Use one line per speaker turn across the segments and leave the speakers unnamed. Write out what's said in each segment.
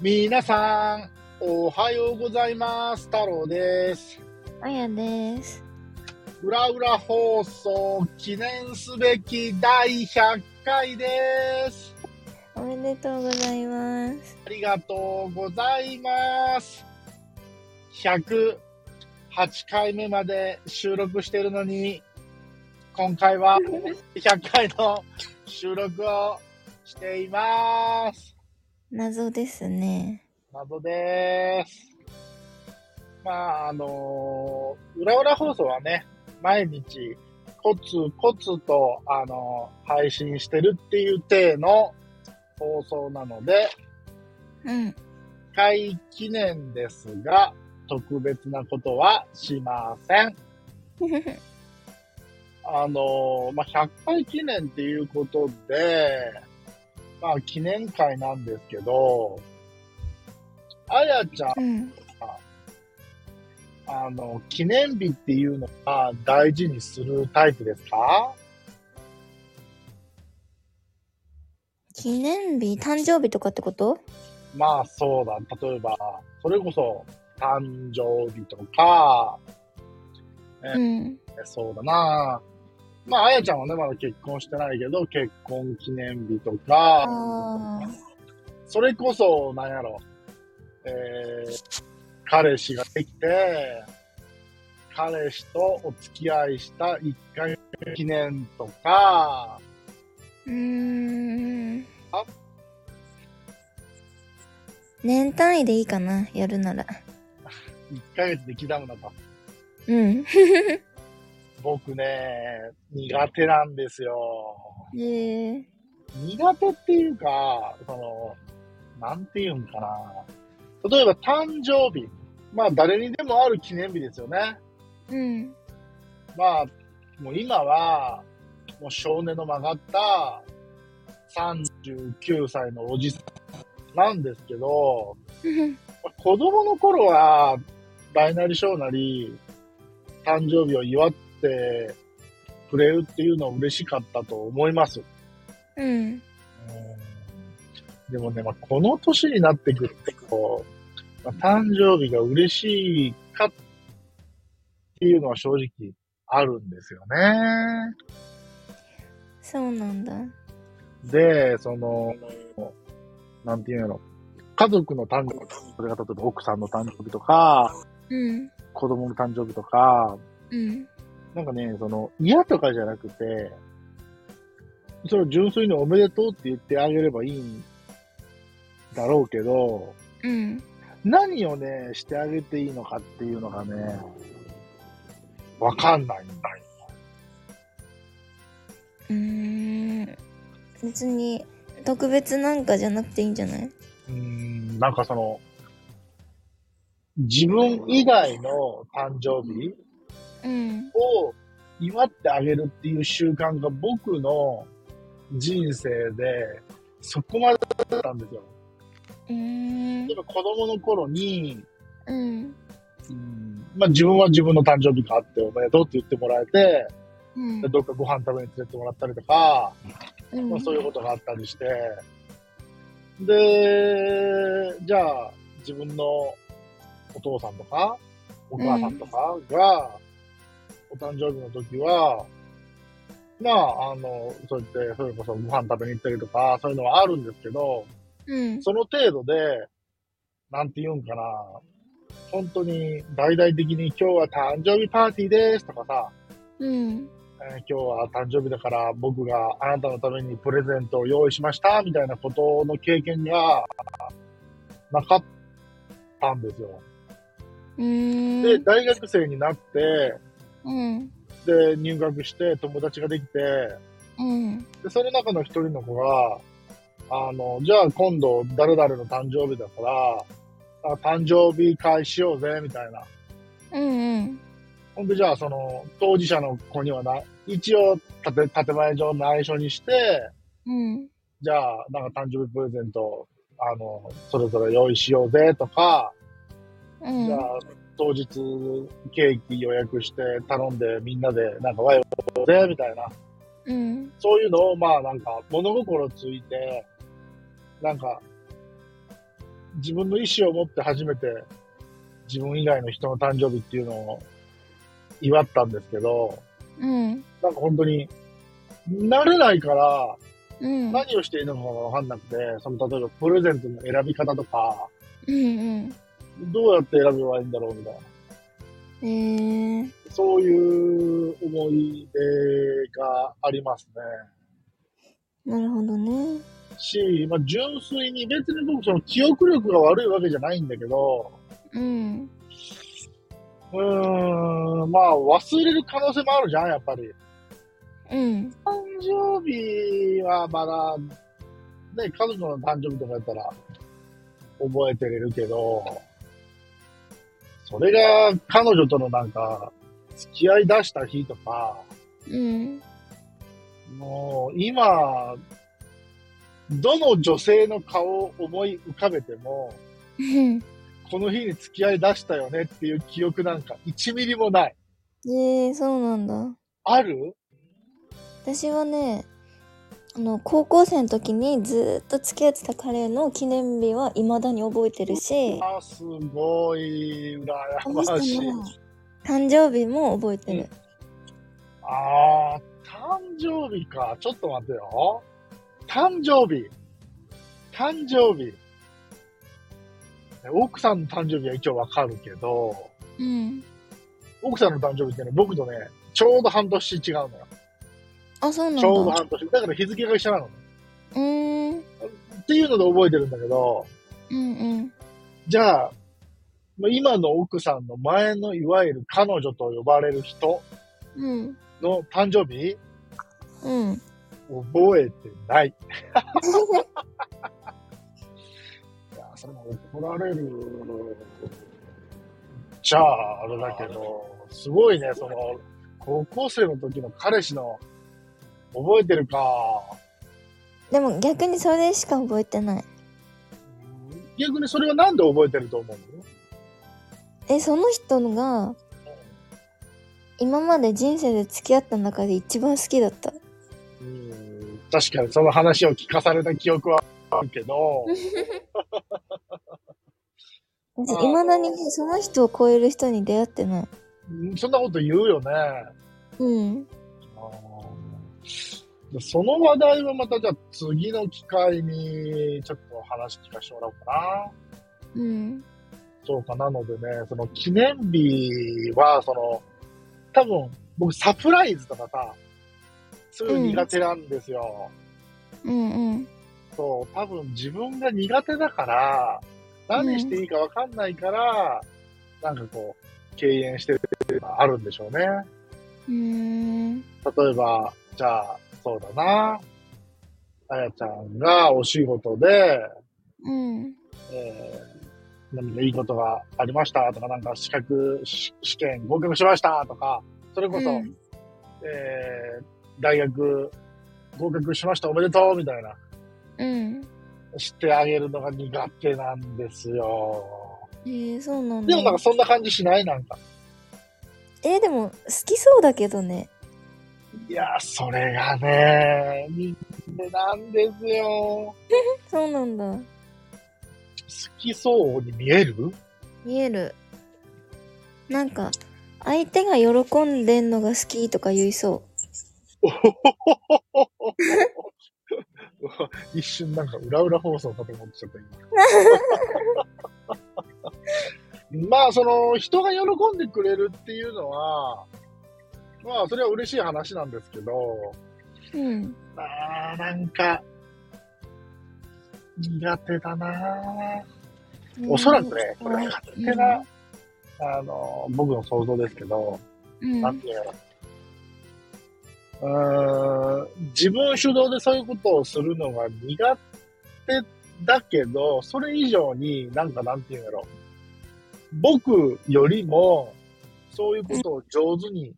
皆さん、おはようございます。太郎です。
あやです。
裏裏放送記念すべき第100回です。
おめでとうございます。
ありがとうございます。108回目まで収録してるのに、今回は100回の収録をしています。
謎ですね。
謎です。まあ、あのー、裏裏放送はね、毎日、コツコツと、あのー配信してるっていう体の放送なので、
うん。
100回記念ですが、特別なことはしません。あのーまあ、100回記念っていうことで、まあ、記念会なんですけど、あやちゃん
うん。
あの、記念日っていうのは大事にするタイプですか
記念日、誕生日とかってこと
まあそうだ。例えば、それこそ誕生日とか、
うん。
そうだな。まあ、あやちゃんはね、まだ結婚してないけど、結婚記念日とか、
ああ。
それこそ、なんやろ、えー彼氏ができて、彼氏とお付き合いした1回目記念とか、
うーん
あ。
年単位でいいかな、やるなら。
1ヶ月で刻むのか。
うん。
僕ね、苦手なんですよ。
ええ。
苦手っていうか、その、なんて言うんかな。例えば誕生日。まあ誰にでもある記念日ですよね。
うん。
まあ、もう今は、もう少年の曲がった39歳のおじさんなんですけど、子供の頃は、大なり小なり、誕生日を祝ってくれるっていうのは嬉しかったと思います。
うん。
でもね、まあ、この年になってくると、まあ、誕生日が嬉しいかっていうのは正直あるんですよね。
そうなんだ。
で、その、なんていうの、家族の誕生日、それが例えば奥さんの誕生日とか、
うん。
子供の誕生日とか、
うん。
なんかね、その、嫌とかじゃなくて、それを純粋におめでとうって言ってあげればいいんだろうけど、
うん。
何をね、してあげていいのかっていうのがね、わかんないんだよ。
うーん。別に、特別なんかじゃなくていいんじゃないう
ーん、なんかその、自分以外の誕生日
うん。
を祝ってあげるっていう習慣が僕の人生でそこまでだったんですよ。
うーん
例え。ば子供の頃に、
うん。
うんまあ自分は自分の誕生日があっておめでとうって言ってもらえて、
うん
でどっかご飯食べに連れてもらったりとか、
うん
まあそういうことがあったりして、で、じゃあ自分のお父さんとか、お母さんとかが、お誕生日の時は、まあ、あの、そうやって、それこそご飯食べに行ったりとか、そういうのはあるんですけど、
うん。
その程度で、なんて言うんかな、本当に大々的に今日は誕生日パーティーですとかさ、
うん。
えー今日は誕生日だから僕があなたのためにプレゼントを用意しましたみたいなことの経験がなかったんですよ。
うーん。
で、大学生になって、
うん。
で、入学して友達ができて、
うん。
で、その中の一人の子が、あの、じゃあ今度誰々の誕生日だから、あ誕生日会しようぜ、みたいな。
うん。
ほんで、じゃあその、当事者の子にはな、一応、たて、建前上内緒にして、
うん。
じゃあ、なんか誕生日プレゼント、あの、それぞれ用意しようぜ、とか、
うん。
じゃあ、当日ケーキ予約して頼んでみんなでなんかワイワイしようぜ、みたいな。
うん。
そういうのを、まあなんか、物心ついて、なんか、自分の意思を持って初めて自分以外の人の誕生日っていうのを祝ったんですけど、
うん。
なんか本当に、慣れないから
うん。
何をしていいのかがわかんなくて、その例えばプレゼントの選び方とか、
うん
どうやって選べばいいんだろうみたいな。
うん。えー、
そういう思い出がありますね。
なるほどね。
し、まあ、純粋に別に僕その記憶力が悪いわけじゃないんだけど、
うん。
うーん、まあ忘れる可能性もあるじゃん、やっぱり。
うん。
誕生日はまだ、ね、彼女の誕生日とかやったら覚えてれるけど、それが彼女とのなんか、付き合い出した日とか、
うん。
もう今、どの女性の顔を思い浮かべても、
うん
この日に付き合い出したよねっていう記憶なんか1ミリもない。
えー、そうなんだ。
ある
私はね、あの、高校生の時にずーっと付き合ってた彼の記念日は未だに覚えてるし、
あ、すごい、
あ
羨
の人
ましい。
の誕生日も覚えてる。
ああ、誕生日か。ちょっと待ってよ。誕生日。誕生日。奥さんの誕生日は一応わかるけど、
うん。
奥さんの誕生日ってね、僕とね、ちょうど半年違うのよ。
あ、そうなん
ちょうど
だ。
半年。だから日付が一緒なのね。
うーん。
っていうので覚えてるんだけど、
うんうん。
じゃあ、まあ今の奥さんの前のいわゆる彼女と呼ばれる人
うん。
の誕生日
うん。
覚えてない。いや、それも怒られる。じゃあ、あれだけど、すごいね、その、高校生の時の彼氏の、覚えてるか。
でも逆にそれしか覚えてない。
逆にそれはなんで覚えてると思うの
え、その人のが、今まで人生で付き合った中で一番好きだった。
うん確かにその話を聞かされた記憶はあるけど、ー
いまだにねその人を超える人に出会ってない。
うんそんなこと言うよね。
うん。
でその話題はまたじゃあ次の機会にちょっと話聞かせてもらおうかな。
うん。
そうか、なのでね、その記念日は、その、多分僕サプライズとかさ、そういうの苦手なんですよ。
うんうん。
そう、多分自分が苦手だから、何していいかわかんないから、なんかこう、敬遠してるっていうのはあるんでしょうね。
うーん。
例えば、じゃあ、そうだな。あやちゃんがお仕事で、
うん。
えー、何かいいことがありましたとか、なんか資格、し試験合格しましたとか、それこそ、
うん
えー、大学合格しましたおめでとうみたいな、
うん。
してあげるのが苦手なんですよ。
えー、そうなん
で
だ。
もなんかそんな感じしないなんか。
えー、でも好きそうだけどね。
いやー、それがね、苦手なんですよ。
そうなんだ。
好きそうに見える
見える。なんか、相手が喜んでんのが好きとか言いそ
一瞬なんか裏裏放送かと思っちゃった 今まあその人が喜んでくれるっていうのはまあそれは嬉しい話なんですけど
う。うん。
まあなんか苦手だなおそらくねこれは勝手な、あの僕の想像ですけど
うん。
なんていうのかなうーん自分主導でそういうことをするのが苦手だけど、それ以上になんかなんていうんだろう。僕よりも、そういうことを上手に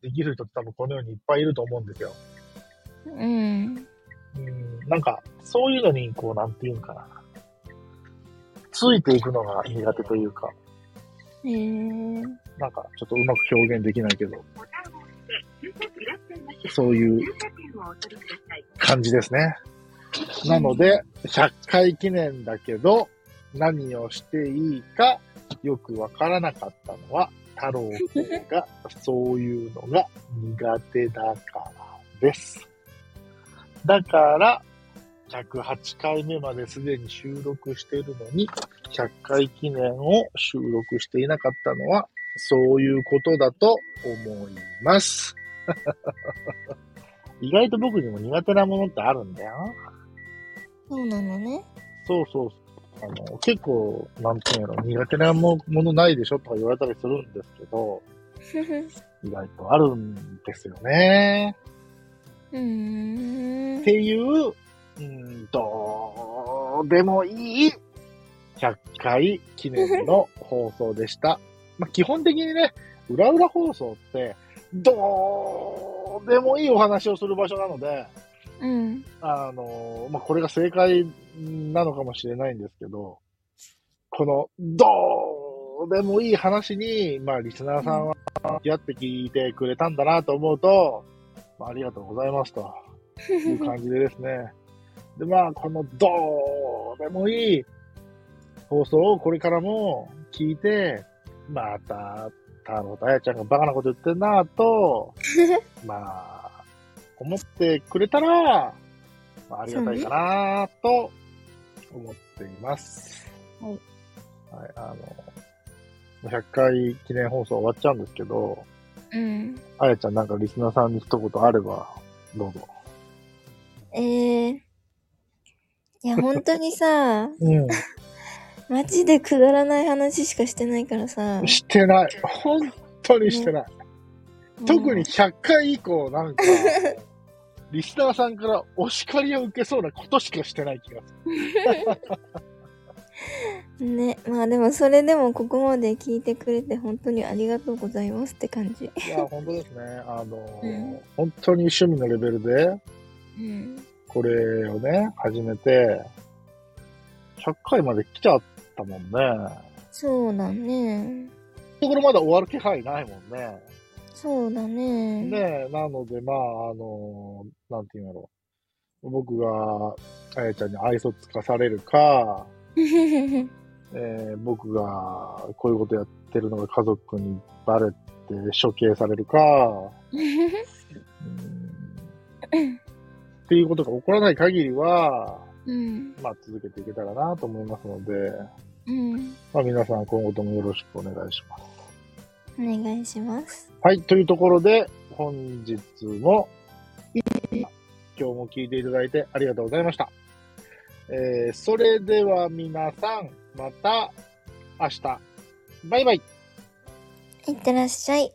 できる人って多分この世にいっぱいいると思うんですよ。
うん。
うん、なんか、そういうのに、こう、なんていうのかな。ついていくのが苦手というか、
えー。
なんか、ちょっとうまく表現できないけど、そういう感じですね。なので、100回記念だけど、何をしていいかよくわからなかったのは太郎くんがそういうのが苦手だからです。だから108回目まですでに収録しているのに100回記念を収録していなかったのはそういうことだと思います。 意外と僕にも苦手なものってあるんだよ。
そうなのね。
そうそう。あの、結構、なんていうの、苦手なもものないでしょとか言われたりするんですけど、意外とあるんですよね。
うー
っ
ん。
ていう、うん、どうでもいい100回記念の放送でした。 まあ、基本的にね、裏裏放送って、どうでもいいお話をする場所なので、
うん。
あの、まあ、これが正解なのかもしれないんですけど、この、どうでもいい話に、まあ、リスナーさんは、やって聞いてくれたんだなと思うと、まあ、ありがとうございますという感じでですね。で、まあ、この、どうでもいい放送をこれからも聞いて、また、太郎とあやちゃんがバカなこと言ってんなと、まあ、思ってくれたら、まあ、ありがたいかなと思っています。
はい
はい、あの、100回記念放送終わっちゃうんですけど、
うん。
あやちゃんなんかリスナーさんに一言あれば、どうぞ。
えー。いや、本当にさ、
う
マジでくだらない話しかしてないからさ。
してない。 本当にしてない。特に100回以降、なんか、 リスナーさんからお叱りを受けそうなことしかしてない気がする。
うん。ね、まあでもそれでもここまで聞いてくれて本当にありがとうございますって感じ。
いや、本当ですね。あの、
うん
本当に趣味のレベルで、
うん。
これをね、始めて、100回まで来ちゃったもんね。
そうだね。
ところまだ終わる気配ないもんね。
そうだね。
ねえ、なので、まあ、あの、なんていうんだろう。僕が、あやちゃんに愛想つかされるか、えー僕がこういうことやってるのが家族にバレて処刑されるか、うーんっていうことが起こらない限りは、
うん。
まあ、続けていけたらなと思いますので、
うん。
まあ、皆さん今後ともよろしくお願いします。
お願いします。
はい、というところで、本日も、今日も聞いていただいてありがとうございました。えー、それでは皆さん、また明日。バイバイ。
いってらっしゃい。